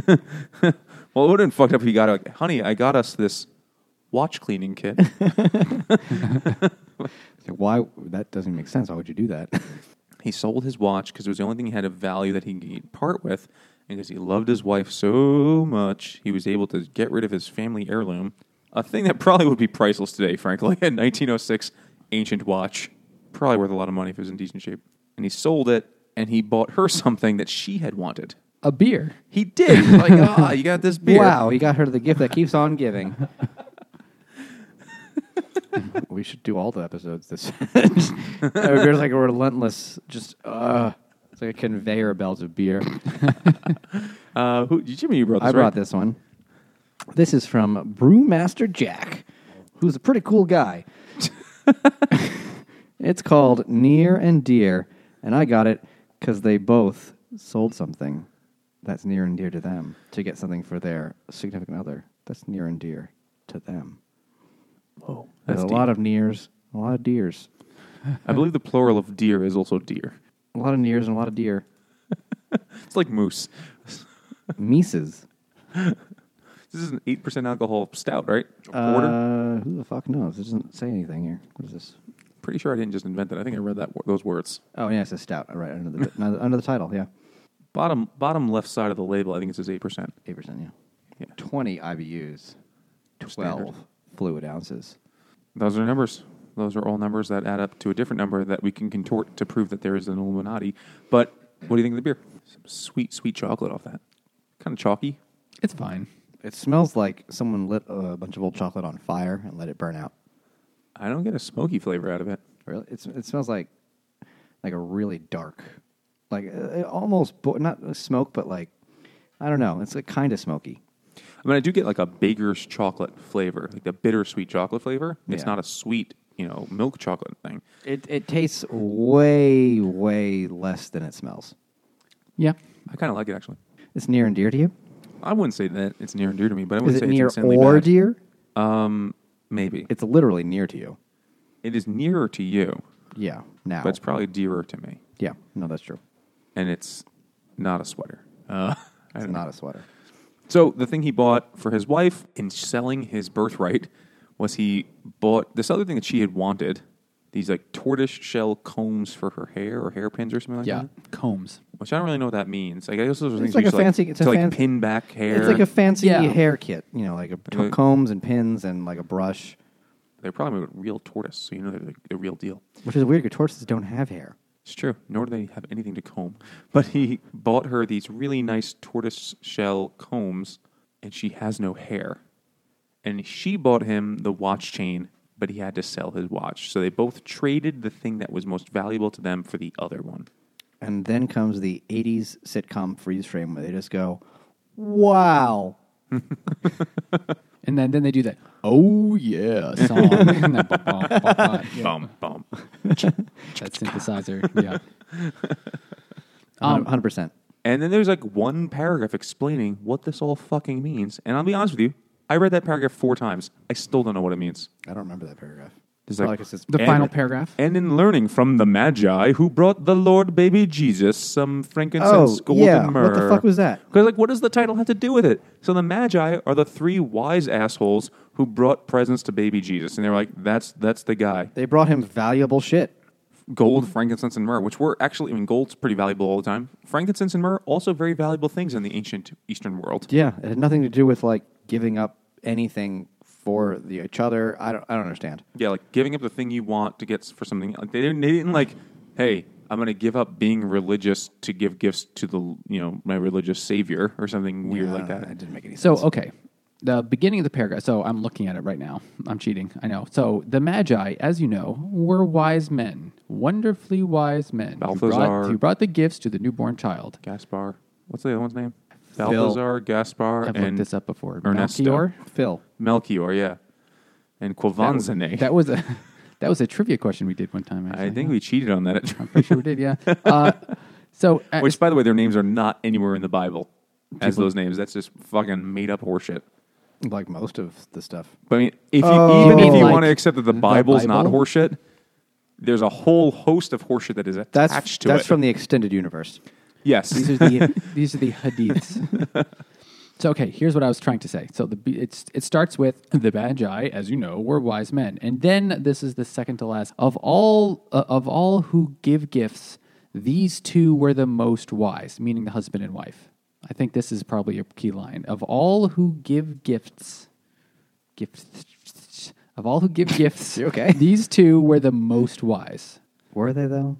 Speaker 2: Well, it would have been fucked up if you got a. Honey, I got us this watch cleaning kit.
Speaker 3: It's like, Why? That doesn't make sense. Why would you do that?
Speaker 2: he sold his watch because it was the only thing he had of value that he could part with. And because he loved his wife so much, he was able to get rid of his family heirloom, a thing that probably would be priceless today, frankly. A 1906 ancient watch, probably worth a lot of money if it was in decent shape. And he sold it, and he bought her something that she had wanted.
Speaker 1: A beer.
Speaker 2: He did. like, ah, you got this beer.
Speaker 3: Wow, he got her the gift that keeps on giving. we should do all the episodes this. There's like a relentless, just uh, it's like a conveyor belt of beer.
Speaker 2: Uh, who, Jimmy, you brought this.
Speaker 3: I brought
Speaker 2: right?
Speaker 3: this one. This is from Brewmaster Jack, who's a pretty cool guy. it's called Near and Dear, and I got it because they both sold something that's near and dear to them to get something for their significant other that's near and dear to them.
Speaker 2: Whoa,
Speaker 3: There's
Speaker 2: that's
Speaker 3: a
Speaker 2: deep.
Speaker 3: lot of nears, a lot of deers,
Speaker 2: I believe the plural of deer is also deer.
Speaker 3: a lot of nears, and a lot of deer.
Speaker 2: It's like moose.
Speaker 3: Mises.
Speaker 2: This is an eight percent alcohol stout, right? A quarter.
Speaker 3: Uh, who the fuck knows? It doesn't say anything here. What is this?
Speaker 2: Pretty sure I didn't just invent that. I think I read that wo- those words.
Speaker 3: Oh yeah, it says stout right under the under, under the title. Yeah,
Speaker 2: Bottom bottom left side of the label, I think it says eight percent.
Speaker 3: eight percent. Yeah.
Speaker 2: Yeah.
Speaker 3: twenty IBUs, twelve fluid ounces.
Speaker 2: Those are numbers. Those are all numbers that add up to a different number that we can contort to prove that there is an Illuminati. But what do you think of the beer? Some sweet, sweet chocolate off that. Kind of chalky.
Speaker 1: It's fine.
Speaker 3: It smells like someone lit a bunch of old chocolate on fire and let it burn out.
Speaker 2: I don't get a smoky flavor out of it.
Speaker 3: Really, it's, it smells like like a really dark, like uh, almost bo- not smoke, but like I don't know. It's like kind of smoky.
Speaker 2: I mean, I do get like a baker's chocolate flavor, like the bittersweet chocolate flavor. It's
Speaker 3: Yeah.
Speaker 2: not a sweet, you know, milk chocolate thing.
Speaker 3: It it tastes way way less than it smells.
Speaker 1: Yeah.
Speaker 2: I kind of like it actually.
Speaker 3: It's near and dear to you.
Speaker 2: I wouldn't say that it's near and dear to me, but I would
Speaker 3: Is
Speaker 2: say
Speaker 3: it near
Speaker 2: it's insanely
Speaker 3: or
Speaker 2: bad.
Speaker 3: dear?
Speaker 2: Maybe
Speaker 3: It's literally near to you.
Speaker 2: it is nearer to you,
Speaker 3: Yeah. Now.
Speaker 2: but it's probably dearer to me,
Speaker 3: yeah. No, that's true.
Speaker 2: and it's not a sweater. Uh, I
Speaker 3: It's
Speaker 2: don't know.
Speaker 3: not a sweater.
Speaker 2: So the thing he bought for his wife in selling his birthright was he bought this other thing that she had wanted. These like tortoise shell combs for her hair or hairpins or something like
Speaker 1: Yeah.
Speaker 2: that.
Speaker 1: Combs.
Speaker 2: Which I don't really know what that means. Like I guess those are things
Speaker 3: like
Speaker 2: you
Speaker 3: a
Speaker 2: use to,
Speaker 3: fancy- it's
Speaker 2: to
Speaker 3: a
Speaker 2: like
Speaker 3: fan-
Speaker 2: pin back hair.
Speaker 3: It's like a fancy
Speaker 1: Yeah.
Speaker 3: hair kit, you know, like a t-
Speaker 2: Like-
Speaker 3: combs and pins and like a brush,
Speaker 2: they're probably a real tortoise, so you know they're like the real deal.
Speaker 3: which is weird because tortoises don't have hair.
Speaker 2: It's true. Nor do they have anything to comb. But he bought her these really nice tortoise shell combs, and she has no hair. And she bought him the watch chain, but he had to sell his watch. So they both traded the thing that was most valuable to them for the other one.
Speaker 3: And then comes the 80s sitcom freeze frame where they just go, wow.
Speaker 1: And then, then they do that, oh yeah, song. And that bum, bum, bum, bum. Yeah,
Speaker 2: Bum, bum.
Speaker 1: that synthesizer. Yeah.
Speaker 3: 100%.
Speaker 2: And then there's like one paragraph explaining what this all fucking means. And I'll be honest with you, I read that paragraph four times. I still don't know what it means.
Speaker 3: I don't remember that paragraph.
Speaker 2: It's
Speaker 3: Probably
Speaker 2: like-
Speaker 3: 'cause it's-
Speaker 1: The
Speaker 2: And-
Speaker 1: final paragraph.
Speaker 2: And in learning from the Magi who brought the Lord baby Jesus some frankincense,
Speaker 3: Oh,
Speaker 2: gold,
Speaker 3: yeah.
Speaker 2: and
Speaker 3: What the
Speaker 2: myrrh.
Speaker 3: fuck was that?
Speaker 2: Because, like, what does the title have to do with it? So the Magi are the three wise assholes who brought presents to baby Jesus. And they were like, that's, that's the guy.
Speaker 3: they brought him valuable shit.
Speaker 2: Gold, frankincense, and myrrh, which were actually, I mean, gold's pretty valuable all the time. Frankincense and myrrh, also very valuable things in the ancient Eastern world.
Speaker 3: Yeah. It had nothing to do with like giving up anything for the, each other. I don't, I don't understand.
Speaker 2: Yeah, like giving up the thing you want to get s- for something. Like they didn't. They didn't like. Hey, I'm going to give up being religious to give gifts to the you know my religious savior or something weird like
Speaker 3: It
Speaker 2: that.
Speaker 3: didn't make any sense.
Speaker 1: So, okay. The beginning of the paragraph. So, I'm looking at it right now. I'm cheating. I know. So, the Magi, as you know, were wise men, wonderfully wise men. Who brought,
Speaker 2: Balthazar.
Speaker 1: who brought the gifts to the newborn child.
Speaker 2: Gaspar. What's the other one's name? Balthazar, Gaspar,
Speaker 1: I've looked
Speaker 2: and
Speaker 1: this up before.
Speaker 2: Ernesto.
Speaker 1: Melchior?
Speaker 3: Phil.
Speaker 2: Melchior. Yeah, and Quavanzane.
Speaker 1: That was a that was a trivia question we did one time. Actually.
Speaker 2: I think we cheated on that.
Speaker 1: pretty sure we did. Yeah. Uh, so, uh,
Speaker 2: Which, by the way, their names are not anywhere in the Bible. as those names. That's just fucking made up horseshit.
Speaker 3: like most of the stuff.
Speaker 2: But I mean, if you,
Speaker 3: Oh.
Speaker 2: even if you
Speaker 1: Like
Speaker 2: want to accept that the Bible's not
Speaker 1: Bible?
Speaker 2: horseshit, there's a whole host of horseshit that is attached
Speaker 3: That's
Speaker 2: to
Speaker 3: that's
Speaker 2: it.
Speaker 3: from the extended universe.
Speaker 2: yes,
Speaker 1: These are the these are the hadiths. So okay, here's what I was trying to say. So the B- it's it starts with the Magi, as you know, were wise men, and then this is the second to last of all uh, of all who give gifts. These two were the most wise, meaning the husband and wife. I think this is probably a key line of all who give gifts. Gifts of all who give gifts.
Speaker 3: You okay?
Speaker 1: These two were the most wise.
Speaker 3: Were they though?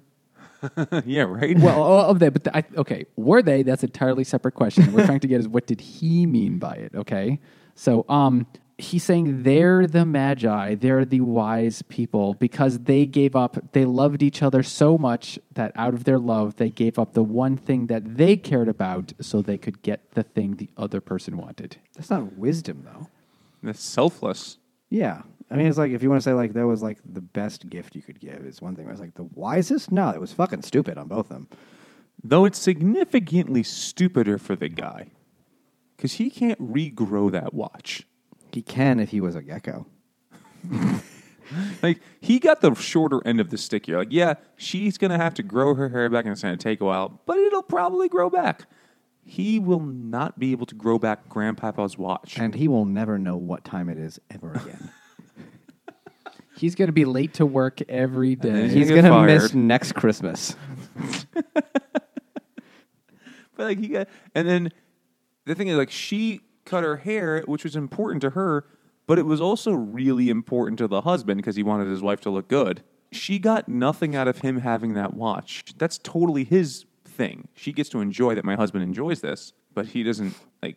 Speaker 2: yeah, right.
Speaker 1: Well, o- Oh, of that, but I, okay, were they? That's an entirely separate question. We're trying to get is what did he mean by it? Okay, so um, he's saying they're the magi, they're the wise people because they gave up. They loved each other so much that out of their love, they gave up the one thing that they cared about so they could get the thing the other person wanted.
Speaker 3: That's not wisdom though.
Speaker 2: that's selfless.
Speaker 3: Yeah. I mean, it's like if you want to say like that was like the best gift you could give is one thing. I was like the wisest. No, it was fucking stupid on both of them.
Speaker 2: Though it's significantly stupider for the guy because he can't regrow that watch.
Speaker 3: He can if he was a gecko.
Speaker 2: Like he got the shorter end of the stick here. Like, yeah, she's gonna have to grow her hair back, and it's gonna take a while, but it'll probably grow back. He will not be able to grow back Grandpapa's watch.
Speaker 3: And he will never know what time it is ever again.
Speaker 1: He's going to be late to work every day.
Speaker 2: then
Speaker 3: He's
Speaker 2: get
Speaker 3: going to miss
Speaker 2: fired.
Speaker 3: next Christmas.
Speaker 2: But like he got, and then the thing is, like she cut her hair, which was important to her, but it was also really important to the husband because he wanted his wife to look good. She got nothing out of him having that watch. That's totally his thing. She gets to enjoy that my husband enjoys this, but he doesn't like.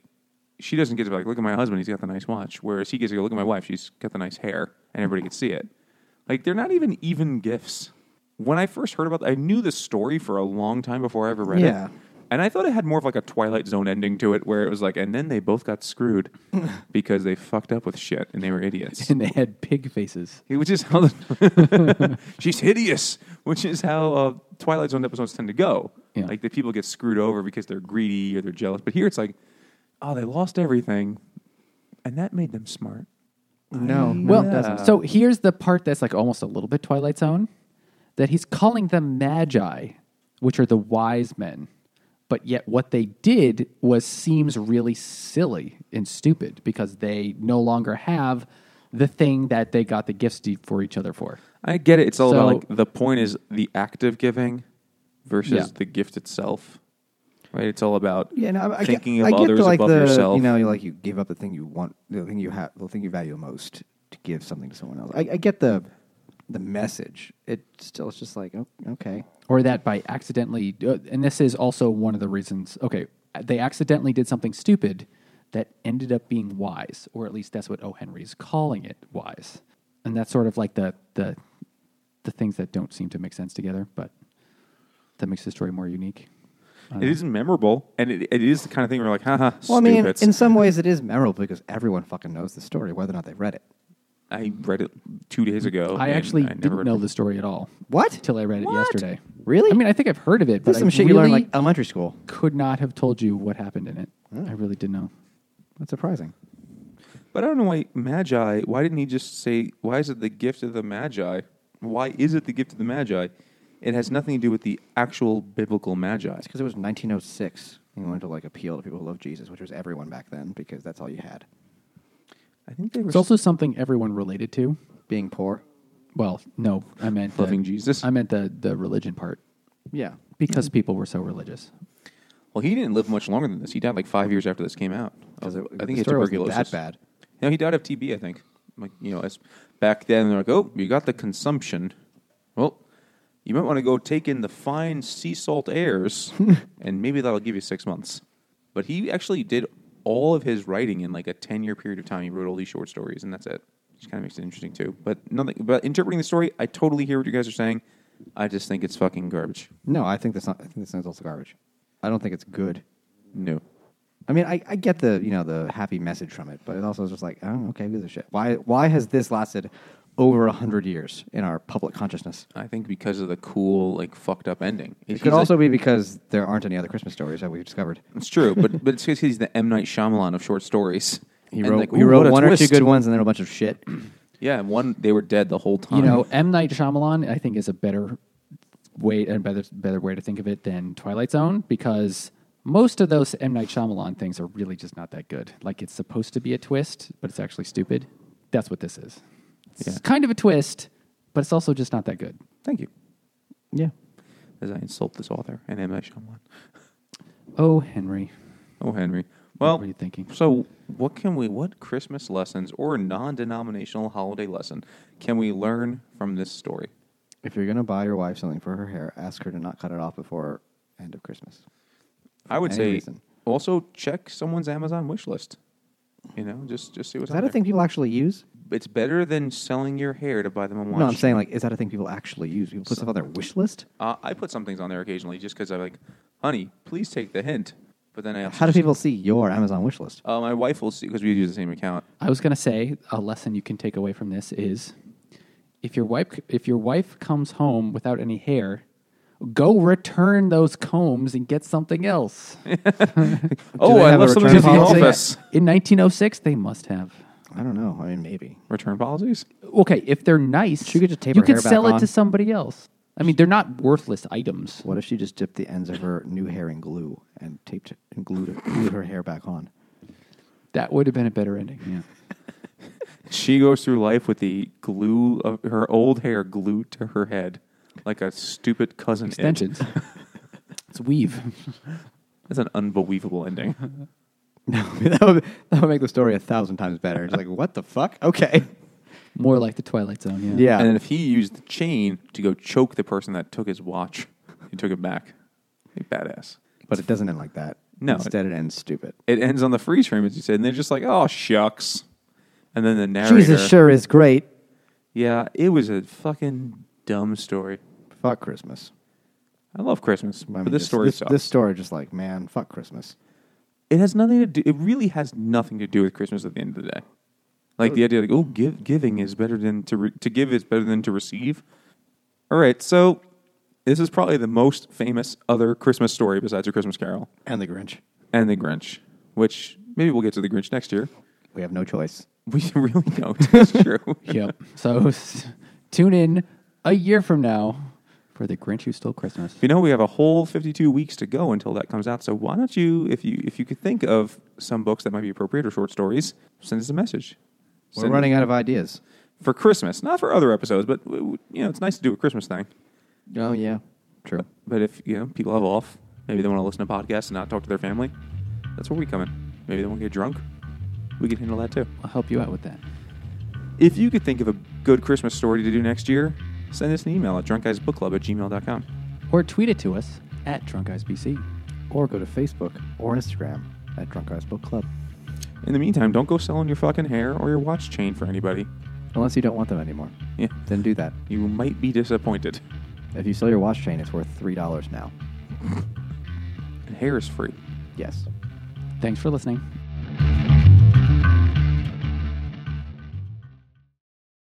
Speaker 2: She doesn't get to be like look at my husband. He's got the nice watch. Whereas he gets to go look at my wife. She's got the nice hair, and everybody can see it. Like they're not even even gifts. When I first heard about, I knew this story for a long time before I ever read
Speaker 3: Yeah.
Speaker 2: it. And I thought it had more of like a Twilight Zone ending to it, where it was like, and then they both got screwed because they fucked up with shit and they were idiots.
Speaker 1: and they had pig faces.
Speaker 2: Which is how the- she's hideous. Which is how uh, Twilight Zone episodes tend to go.
Speaker 1: Yeah.
Speaker 2: Like the people get screwed over because they're greedy or they're jealous. But here it's like, oh, they lost everything, and that made them smart.
Speaker 3: No.
Speaker 1: Well,
Speaker 3: it doesn't.
Speaker 1: so here's the part that's like almost a little bit Twilight Zone that he's calling them magi, which are the wise men. But yet, what they did was seems really silly and stupid because they no longer have the thing that they got the gifts de- for each other for.
Speaker 2: I get it. It's all
Speaker 1: So-
Speaker 2: about like the point is the act of giving versus
Speaker 1: Yeah.
Speaker 2: the gift itself. Right? It's all about
Speaker 3: Yeah, no, I- I,
Speaker 2: thinking
Speaker 3: get,
Speaker 2: of
Speaker 3: I get
Speaker 2: others
Speaker 3: the, like
Speaker 2: above
Speaker 3: the,
Speaker 2: yourself.
Speaker 3: You know, you like you give up the thing you want, the thing you have, the thing you value most to give something to someone else. I, I get the the message. It still is just like oh, okay,
Speaker 1: or that by accidentally uh, and this is also one of the reasons okay they accidentally did something stupid that ended up being wise or at least that's what o henry's calling it wise and that's sort of like the the the things that don't seem to make sense together but that makes the story more unique
Speaker 2: It is memorable, and it, it is the kind of thing where you're like, haha,
Speaker 3: Well, I mean,
Speaker 2: stupids.
Speaker 3: in some ways it is memorable because everyone fucking knows the story, whether or not they've read it.
Speaker 2: I read it two days ago.
Speaker 1: i
Speaker 2: and
Speaker 1: actually
Speaker 2: Oh, never
Speaker 1: didn't
Speaker 2: read
Speaker 1: know
Speaker 2: it.
Speaker 1: the story at all
Speaker 3: What?
Speaker 1: till i read it
Speaker 3: What?
Speaker 1: yesterday
Speaker 3: Really?
Speaker 1: i mean i think i've heard of it but
Speaker 3: There's some
Speaker 1: I
Speaker 3: shit
Speaker 1: really
Speaker 3: you learned like uh, Oh. elementary school.
Speaker 1: could not have told you what happened in it i really didn't know
Speaker 3: That's surprising.
Speaker 2: But I don't know why Magi. Why didn't he just say? Why is it the gift of the Magi? Why is it the gift of the Magi? It has nothing to do with the actual biblical Magi.
Speaker 3: It's because it was 1906. and You wanted to like appeal to people who love Jesus, which was everyone back then, because that's all you had.
Speaker 2: I think they were
Speaker 1: it's also something everyone related to
Speaker 3: Being poor.
Speaker 1: Well, no, I meant
Speaker 2: Loving
Speaker 1: the,
Speaker 2: Jesus? Mm-hmm.
Speaker 1: I meant the the religion part
Speaker 3: Yeah.
Speaker 1: because people were so religious.
Speaker 2: Well, he didn't live much longer than this. He died like five years after this came out. Oh, I
Speaker 3: Because it-
Speaker 2: think
Speaker 3: the
Speaker 2: he had
Speaker 3: story wasn't
Speaker 2: tuberculosis.
Speaker 3: that bad.
Speaker 2: No, he died of TB. I think. Like you know, as back then they're like, oh, you got the consumption. Well, you might want to go take in the fine sea salt airs, and maybe that'll give you six months. But he actually did all of his writing in like a ten-year period of time. He wrote all these short stories, and that's it. Which kind of makes it interesting too. But nothing. But interpreting the story, I totally hear what you guys are saying. I just think it's fucking garbage.
Speaker 3: No, I think that's not. I think this is also garbage. I don't think it's good.
Speaker 2: No.
Speaker 3: I mean, I, I get the you know the happy message from it, but it also is just like, oh, okay, who gives a shit? Why why has this lasted over 100 years in our public consciousness.
Speaker 2: I think because of the cool, like fucked up ending.
Speaker 3: It could also be because there aren't any other Christmas stories that we've discovered.
Speaker 2: it's true, but but it's because he's the M Night Shyamalan of short stories.
Speaker 3: He
Speaker 2: And,
Speaker 3: wrote,
Speaker 2: like,
Speaker 3: he
Speaker 2: ooh, what
Speaker 3: wrote
Speaker 2: a
Speaker 3: one or two
Speaker 2: twist.
Speaker 3: good ones and then a bunch of shit.
Speaker 2: Yeah, and one they were dead the whole time.
Speaker 1: You know, M Night Shyamalan, I think, is a better way and better better way to think of it than Twilight Zone because most of those M Night Shyamalan things are really just not that good. Like it's supposed to be a twist, but it's actually stupid. That's what this is. It's kind of a twist, but it's also just not that good.
Speaker 2: thank you
Speaker 3: Yeah.
Speaker 2: as I insult this author and M Night Shyamalan.
Speaker 1: Oh, Henry.
Speaker 2: Oh, Henry. Well,
Speaker 1: were you thinking?
Speaker 2: So, what can we? What Christmas lessons or non-denominational holiday lesson can we learn from this story?
Speaker 3: If you're going to buy your wife something for her hair, ask her to not cut it off before end of Christmas.
Speaker 2: I would
Speaker 3: Any
Speaker 2: say
Speaker 3: reason.
Speaker 2: also check someone's Amazon wish list. You know, just just see what's
Speaker 3: Is that
Speaker 2: out
Speaker 3: a thing people actually use?
Speaker 2: there. It's better than selling your hair to buy them a watch.
Speaker 3: No, I'm saying like, is that a thing people actually use? People put stuff on their wish list.
Speaker 2: uh, I put some things on there occasionally just because I'm like, honey, please take the hint. But then I also
Speaker 3: How do
Speaker 2: just-
Speaker 3: people see your Amazon wish list?
Speaker 2: Uh, my wife will see because we use the same account.
Speaker 1: I was going to say a lesson you can take away from this is if your wife if your wife comes home without any hair, go return those combs and get something else.
Speaker 2: Oh,
Speaker 3: they
Speaker 2: I
Speaker 3: have a
Speaker 2: left something
Speaker 3: return
Speaker 2: in the
Speaker 3: policy?
Speaker 2: office.
Speaker 1: In 1906, they must have.
Speaker 3: I don't know. I mean, maybe.
Speaker 2: Return policies.
Speaker 1: Okay, if they're nice,
Speaker 3: She could just tape
Speaker 1: you
Speaker 3: her
Speaker 1: could
Speaker 3: hair back
Speaker 1: sell it
Speaker 3: on.
Speaker 1: to somebody else. I mean, they're not worthless items.
Speaker 3: What if she just dipped the ends of her new hair in glue and taped it and glued, it, glued her hair back on?
Speaker 1: That would have been a better ending. Yeah.
Speaker 2: She goes through life with the glue of her old hair glued to her head, like a stupid cousin. It.
Speaker 1: Extensions. it's weave.
Speaker 2: That's an unbelievable ending.
Speaker 3: No, that would, that would make the story a thousand times better. It's like, what the fuck? Okay.
Speaker 1: More like the Twilight Zone. Yeah.
Speaker 3: Yeah.
Speaker 2: And then if he used the chain to go choke the person that took his watch, he took it back. Hey, badass.
Speaker 3: but it doesn't end like that.
Speaker 2: No.
Speaker 3: Instead, it ends stupid.
Speaker 2: It ends on the freeze frame, as you said, and they're just like, "Oh shucks," and then the narrator.
Speaker 3: Jesus sure is great.
Speaker 2: Yeah, it was a fucking dumb story.
Speaker 3: Fuck Christmas.
Speaker 2: I love Christmas,
Speaker 3: I mean,
Speaker 2: but this story
Speaker 3: this,
Speaker 2: sucks.
Speaker 3: this story just like, man, fuck Christmas.
Speaker 2: it has nothing to do. It really has nothing to do with Christmas at the end of the day. Like the idea, like oh, give, giving is better than to re- to give is better than to receive. All right, so this is probably the most famous other Christmas story besides A Christmas Carol
Speaker 3: And the Grinch.
Speaker 2: and The Grinch, which maybe we'll get to The Grinch next year.
Speaker 3: We have no choice.
Speaker 2: We really don't. It's true.
Speaker 1: Yep. So s- tune in a year from now for the Grinch Who Stole Christmas.
Speaker 2: You know, we have a whole 52 weeks to go until that comes out. So why don't you, if you if you could think of some books that might be appropriate or short stories, send us a message.
Speaker 3: We're
Speaker 2: Send-
Speaker 3: running out of ideas.
Speaker 2: for Christmas, not for other episodes, but w- w- you know, it's nice to do a Christmas thing.
Speaker 3: Oh, yeah. True.
Speaker 2: But if you know people have off, maybe they want to listen to podcasts and not talk to their family. That's where we come in. Maybe they want to get drunk. We can handle that too.
Speaker 1: I'll help you out with that.
Speaker 2: If you could think of a good Christmas story to do next year, send us an email at drunkguysbookclub at gmail.com.
Speaker 1: Or tweet it to us at Drunk Eyes BC.
Speaker 3: Or go to Facebook or Instagram at Drunk Guys Book Club.
Speaker 2: In the meantime, don't go selling your fucking hair or your watch chain for anybody.
Speaker 3: Unless you don't want them anymore.
Speaker 2: Yeah,
Speaker 3: Then do that.
Speaker 2: you might be disappointed.
Speaker 3: If you sell your watch chain, it's worth $3 now.
Speaker 2: And hair is free.
Speaker 3: Yes.
Speaker 1: Thanks for listening.